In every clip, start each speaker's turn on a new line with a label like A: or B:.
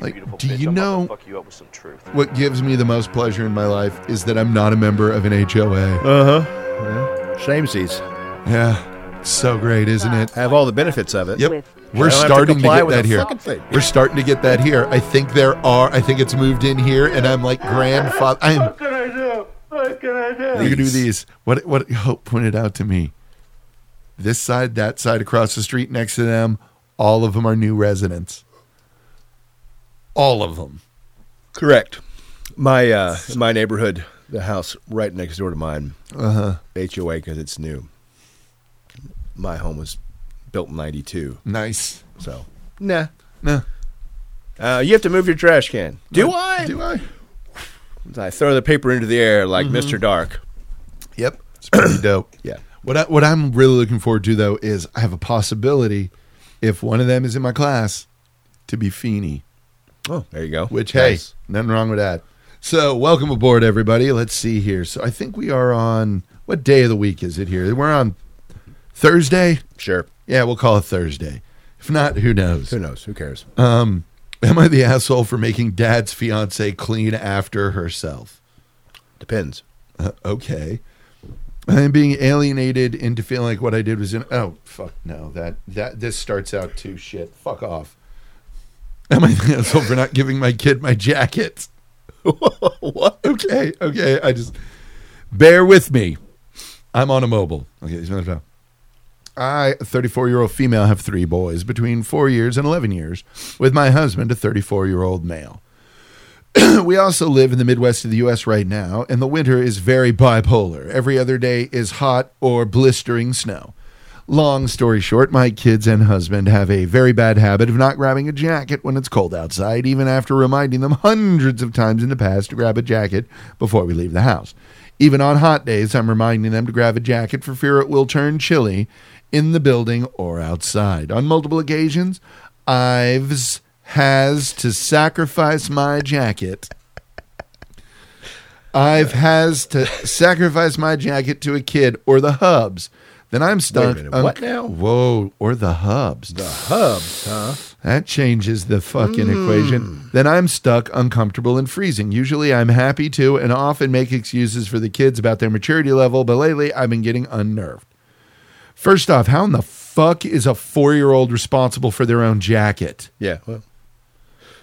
A: Like,
B: beautiful
A: do
B: bitch.
A: you
B: I'm about
A: know-
B: to fuck you up with some truth.
A: What gives me the most pleasure in my life is that I'm not a member of an HOA.
C: Uh huh. Shamesies
A: Yeah. It's so great, isn't it?
C: have all the benefits of it.
A: Yep.
D: With-
A: We're
C: I don't have to
A: starting to,
C: comply
A: get
C: with
A: that
C: a
A: here.
C: fucking thing.
A: We're starting to get that here. I think there are, I think it's moved in here, and I'm like grandfather. I am.
B: can I do? What can I do?
A: You can do these. What what Hope pointed out to me. This side, that side, across the street, next to them, all of them are new residents. All of them.
C: Correct. My uh, in my neighborhood, the house right next door to mine,
A: Uh huh.
C: HOA because it's new. My home was built in '92,
A: Nice.
C: so nah.
A: No.
C: Uh, you have to move your trash can. Do I?
A: Do I?
C: I throw the paper into the air like
A: Mm-hmm.
C: Mr. Dark.
A: Yep. It's pretty dope.
C: Yeah.
A: What I, what I'm really looking forward to though is I have a possibility, if one of them is in my class, to be Feeney.
C: Oh, there you go.
A: Which
C: Nice.
A: hey, nothing wrong with that. So welcome aboard, everybody. Let's see here. So I think we are on what day of the week is it here? We're on Thursday.
C: sure.
A: Yeah, we'll call it Thursday. If not, who knows?
C: Who knows? Who cares?
A: Um, am I the asshole for making dad's fiance clean after herself?
C: Depends.
A: Uh, okay. I'm being alienated into feeling like what I did was in. Oh fuck no! That that this starts out too shit. Fuck off. Am I the asshole for not giving my kid my jacket? what? Okay, okay. I just bear with me. I'm on a mobile. Okay, he's another time. I, a 34 year old female, have three boys between four years and 11 years, with my husband, a 34 year old male we also live in the Midwest of the U.S. right now, and the winter is very bipolar. Every other day is hot or blistering snow. Long story short, my kids and husband have a very bad habit of not grabbing a jacket when it's cold outside, even after reminding them hundreds of times in the past to grab a jacket before we leave the house. Even on hot days, I'm reminding them to grab a jacket for fear it will turn chilly in the building or outside. On multiple occasions, Ives has to sacrifice my jacket. I've has to sacrifice my jacket to a kid or the hubs. Then I'm stuck.
C: minute, what now?
A: Whoa, or the hubs.
C: The Hmm. hubs, huh?
A: That changes the fucking equation. Then I'm stuck, uncomfortable, and freezing. Usually I'm happy to and often make excuses for the kids about their maturity level, but lately I've been getting unnerved. First off, how in the fuck is a four year old responsible for their own jacket?
C: Yeah. Well,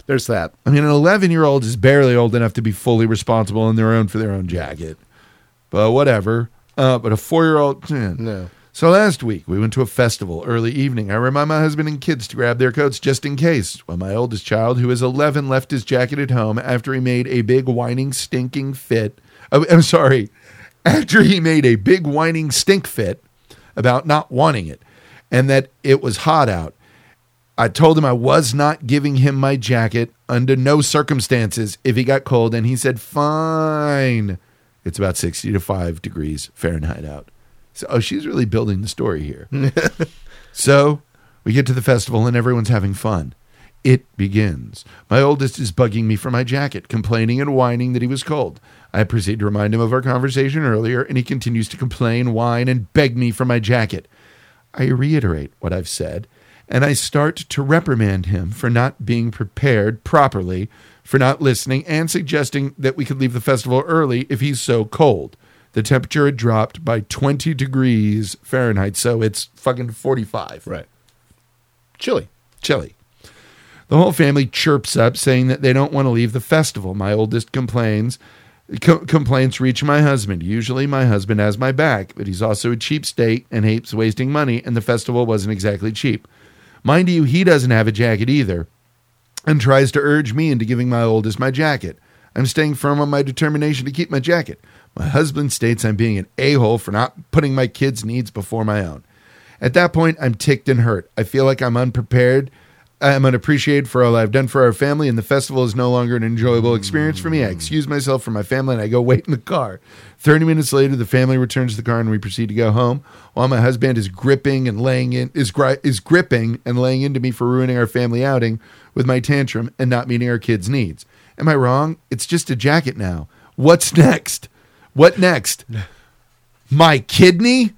C: there's that.
A: I mean, an 11 year old is barely old enough to be fully responsible on their own for their own jacket, but whatever. Uh, but a four year old,
C: No.
A: So last week we went to a festival early evening. I remind my husband and kids to grab their coats just in case. While my oldest child, who is 11, left his jacket at home after he made a big whining stinking fit. Oh, I'm sorry, after he made a big whining stink fit about not wanting it, and that it was hot out. I told him I was not giving him my jacket under no circumstances if he got cold, and he said, fine. It's about 60 to 5 degrees Fahrenheit out. So, oh, she's really building the story here. so we get to the festival, and everyone's having fun. It begins. My oldest is bugging me for my jacket, complaining and whining that he was cold. I proceed to remind him of our conversation earlier, and he continues to complain, whine, and beg me for my jacket. I reiterate what I've said, and I start to reprimand him for not being prepared properly, for not listening, and suggesting that we could leave the festival early if he's so cold. The temperature had dropped by 20 degrees Fahrenheit, so it's fucking 45
C: Right. Chili.
A: chili. The whole family chirps up, saying that they don't want to leave the festival. My oldest complains. Co- complaints reach my husband. Usually, my husband has my back, but he's also a cheap state and hates wasting money, and the festival wasn't exactly cheap. Mind you, he doesn't have a jacket either and tries to urge me into giving my oldest my jacket. I'm staying firm on my determination to keep my jacket. My husband states I'm being an a hole for not putting my kids' needs before my own. At that point, I'm ticked and hurt. I feel like I'm unprepared. I'm unappreciated for all I've done for our family, and the festival is no longer an enjoyable experience for me. I excuse myself from my family and I go wait in the car. 30 minutes later, the family returns to the car and we proceed to go home while my husband is gripping and laying in is gri- is gripping and laying into me for ruining our family outing with my tantrum and not meeting our kids' needs. Am I wrong? It's just a jacket now. What's next? What next? My kidney?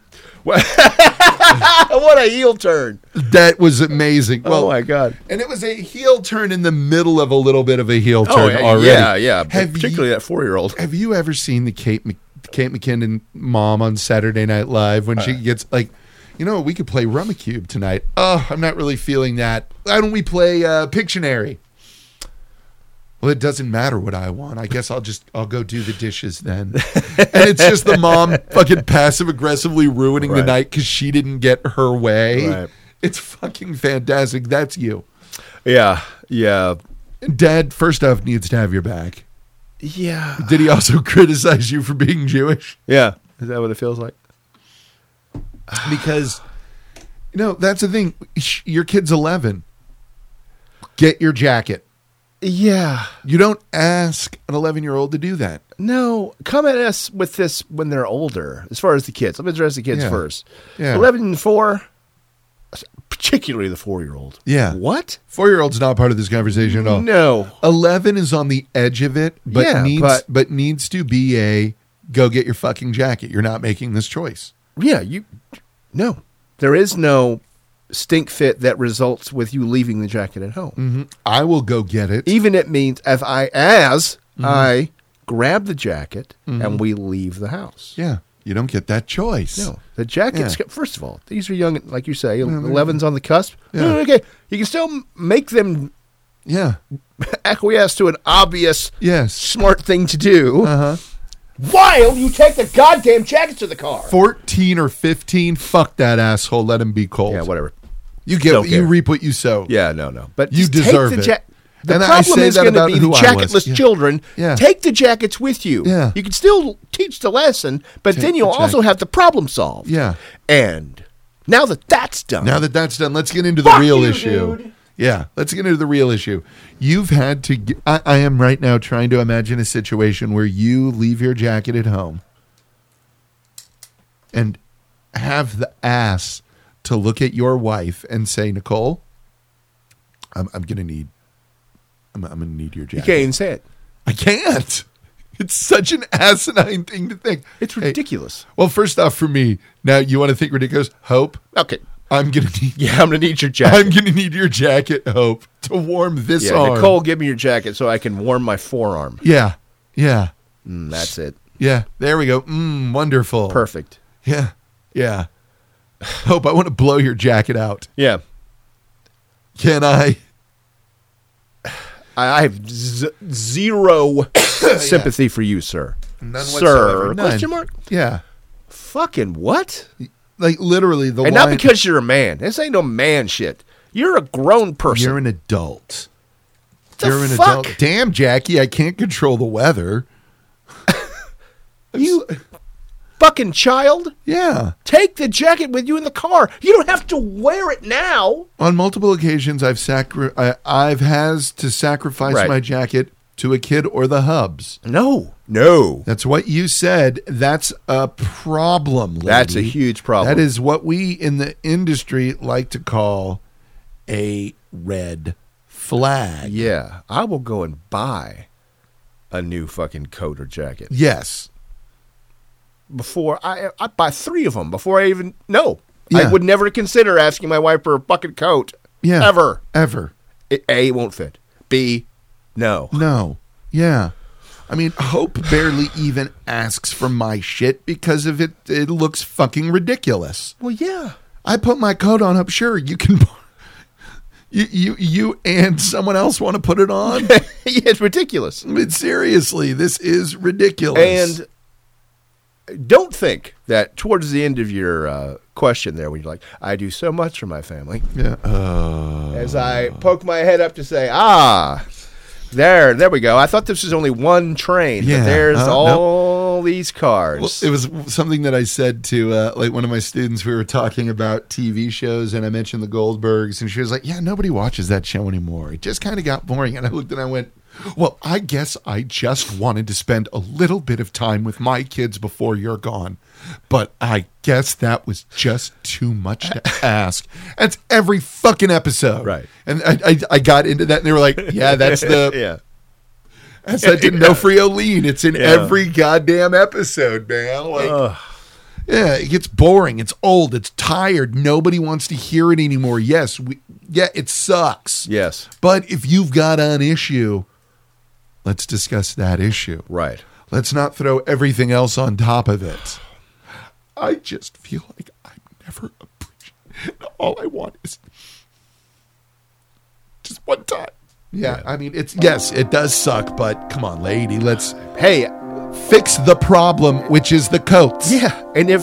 C: what a heel turn!
A: That was amazing. Well,
C: oh my god!
A: and it was a heel turn in the middle of a little bit of a heel turn
C: Oh, yeah,
A: already.
C: yeah, yeah.
A: Have you-
C: particularly that four-year-old.
A: Have you ever seen the Kate Mc- Kate McKinnon mom on Saturday Night Live when
C: Uh.
A: she gets like, you know, we could play Rummy Cube tonight. Oh, I'm not really feeling that. Why don't we play uh, Pictionary? Well, it doesn't matter what I want. I guess I'll just I'll go do the dishes then. and it's just the mom fucking passive aggressively ruining the
C: Right.
A: night because she didn't get her way.
C: Right.
A: It's fucking fantastic. That's you.
C: Yeah, yeah,
A: Dad, first off, needs to have your back.
C: yeah,
A: Did he also criticize you for being Jewish?
C: yeah. Is that what it feels like?
A: because you know that's the thing Sh- your kid's 11 get your jacket
C: Yeah.
A: you don't ask an 11 year old to do that
C: No, come at us with this when they're older. As far as the kids, let me address the kids
A: Yeah.
C: first.
A: Yeah.
C: Eleven and four, particularly the four-year-old.
A: Yeah.
C: What?
A: four year old's not part of this conversation at all
C: No.
A: 11 is on the edge of it but
C: Yeah,
A: needs but,
C: but-
A: needs to be a go get your fucking jacket you're not making this choice
C: Yeah, you. No, there is no stink fit that results with you leaving the jacket at home.
A: Mm-hmm. i will go get it
C: Even it means if I as
A: Mm-hmm.
C: I grab the jacket and we leave the house.
A: yeah you don't get that choice
C: No, the jackets.
A: Yeah. Mm-hmm.
C: First of all, these are young, like you say, 11s on the cusp. No,
A: Yeah.
C: no, okay, you can still m- make them
A: yeah
C: acquiesce to an obvious,
A: yes
C: smart thing to do
A: uh-huh
C: while you take the goddamn jackets to the car.
A: 14 or 15 fuck that asshole let him be cold
C: yeah, whatever.
A: you get
C: Don't
A: you
C: care.
A: reap what you sow
C: Yeah, no, no. But
A: You
C: just take
A: deserve
C: the
A: it.
C: jack- the
A: And I
C: problem
A: say
C: is
A: that
C: going to
A: about
C: be the
A: who I was.
C: jacketless
A: Yeah.
C: children.
A: Yeah.
C: Take the jackets with you.
A: Yeah.
C: You can still teach the lesson, but
A: Take
C: then
A: the
C: you'll also
A: jacket.
C: have the problem solved.
A: Yeah.
C: And now that that's done,
A: Now that that's done, let's get into the
B: Fuck
A: real
B: you,
A: issue.
B: dude.
A: Yeah, let's get into the real issue. You've had to. Get, I, I am right now trying to imagine a situation where you leave your jacket at home and have the ass to look at your wife and say, Nicole, I'm, I'm gonna need. I'm, I'm gonna need your
C: you
A: jacket.
C: can't even say it.
A: I can't. It's such an asinine thing to think.
C: It's
A: Hey,
C: ridiculous.
A: well, first off, for me now, you want to think ridiculous? Hope
C: Okay.
A: I'm gonna need
C: Yeah, I'm going to need your jacket.
A: I'm going to need your jacket, Hope, to warm this
C: yeah,
A: arm.
C: Nicole, give me your jacket so I can warm my forearm.
A: Yeah, yeah,
C: Mm, that's it.
A: yeah. There we go. Mm, wonderful.
C: Perfect.
A: Yeah, yeah. Hope, I want to blow your jacket out.
C: Yeah.
A: Can I?
C: I, I have z- zero sympathy for you, sir.
A: None
C: sir.
A: whatsoever. None.
C: Question mark?
A: Yeah.
C: Fucking what?
A: Like literally the
C: and
A: line.
C: not because you're a man. This ain't no man shit. You're a grown person.
A: you're an adult.
C: The
A: you're an
C: fuck?
A: adult. Damn, Jackie, I can't control the weather.
C: you fucking child.
A: Yeah.
C: Take the jacket with you in the car. You don't have to wear it now.
A: on multiple occasions I've sacri- I, I've has to sacrifice
C: Right.
A: my jacket to a kid or the hubs.
C: No. No.
A: That's what you said. That's a problem. Lady.
C: That's a huge problem.
A: That is what we in the industry like to call a red flag.
C: Yeah. I will go and buy a new fucking coat or jacket
A: Yes.
C: before I I buy three of them before I even no.
A: Yeah.
C: I would never consider asking my wife for a fucking coat.
A: Yeah.
C: Ever.
A: Ever.
C: It, a it won't fit. B no.
A: No. Yeah. I mean, Hope barely even asks for my shit because of it. It looks fucking ridiculous.
C: Well, yeah.
A: I put my coat on up. Sure, you can. You you you and someone else want to put it on.
C: it's ridiculous.
A: I mean, seriously, this is ridiculous.
C: And don't think that towards the end of your uh, question there, when you're like, I do so much for my family,
A: yeah, uh,
C: as I poke my head up to say, ah, there, there we go. I thought this was only one train,
A: Yeah,
C: but there's
A: uh,
C: all these
A: well,
C: cars.
A: it was something that I said to uh, like one of my students. We were talking about TV shows, and I mentioned the Goldbergs, and she was like, "Yeah, nobody watches that show anymore. It just kind of got boring." And I looked and I went. Well, I guess I just wanted to spend a little bit of time with my kids before you're gone. But I guess that was just too much to ask. That's every fucking episode.
C: Right.
A: And I, I, I got into that and they were like, yeah, that's the,
C: yeah.
A: That's that Didn't know Frio Lean. It's in
C: Yeah. Uh.
A: every goddamn episode, man. Like,
C: Ugh.
A: Yeah, it gets boring. It's old. It's tired. Nobody wants to hear it anymore. Yes, we, yeah, it sucks.
C: Yes.
A: But if you've got an issue, let's discuss that issue.
C: Right.
A: Let's not throw everything else on top of it. I just feel like I'm never appreciated. All I want is just one time. Yeah, I mean, it's yes, it does suck, but come on, lady, let's
C: Hey,
A: fix the problem, which is the coats.
C: yeah. And if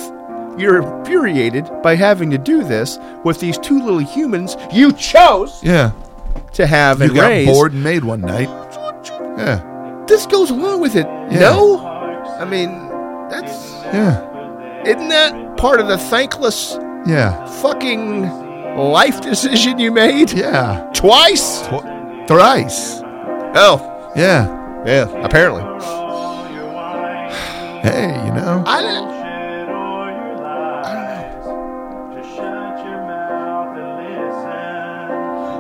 C: you're infuriated by having to do this with these two little humans you chose
A: Yeah.
C: to have
A: You
C: and
A: got
C: raise,
A: bored and made one night. Yeah.
C: this goes along with it.
A: Yeah.
C: No? I mean, that's.
A: Yeah.
C: Isn't that part of the thankless
A: Yeah.
C: fucking life decision you made?
A: Yeah.
C: Twice?
A: Tw- Thrice.
C: Oh,
A: Yeah.
C: yeah, apparently.
A: Hey, you know.
C: I don't.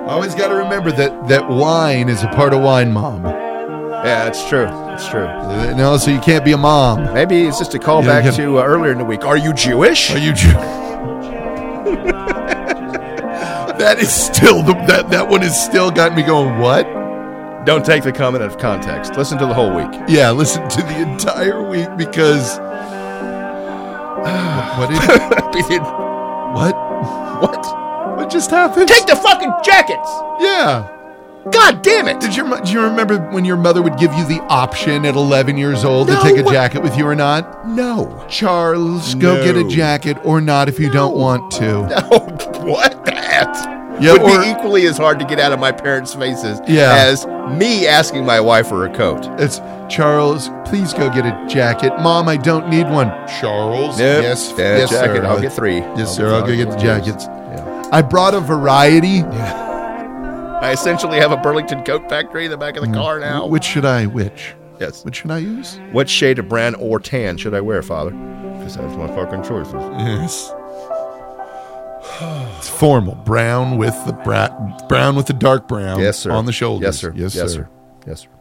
A: Always got to remember that that wine is a part of wine mom.
C: Yeah, that's true. That's true.
A: Uh, No, so you can't be a mom.
C: Maybe it's just a
A: Yeah,
C: callback
A: you can-
C: to uh, earlier in the week. Are you Jewish?
A: Are you? Jew- that is still the that that one has still got me going. What?
C: Don't take the comment out of context. Listen to the whole week.
A: Yeah, listen to the entire week because. what? Did, what?
C: what?
A: What just happened?
C: Take the fucking jackets!
A: Yeah.
C: God damn it!
A: Did your mo- do you remember when your mother would give you the option at 11 years old
C: No.
A: to take a jacket with you or not?
C: No.
A: Charles, go
C: No.
A: get a jacket or not if you don't want to.
C: No, what? That
A: Yeah,
C: would
A: or-
C: be equally as hard to get out of my parents' faces
A: Yeah.
C: as me asking my wife for a coat.
A: It's Charles, please go get a jacket. Mom, I don't need one. Charles,
C: Nope.
A: yes,
C: Yeah,
A: yes,
C: jacket.
A: sir.
C: I'll get three.
A: Yes, sir. I'll go get the jackets.
C: Yeah.
A: I brought a variety.
C: I essentially have a Burlington coat factory in the back of
A: Mm.
C: the car now.
A: Which should I? Which?
C: yes.
A: Which should I use?
C: What shade of brown or tan should I wear, Father? Because that's my fucking choices.
A: Yes. It's formal, brown with the bra- brown with the dark brown.
C: Yes, sir.
A: On the shoulders.
C: Yes, sir.
A: Yes, sir.
C: Yes, sir.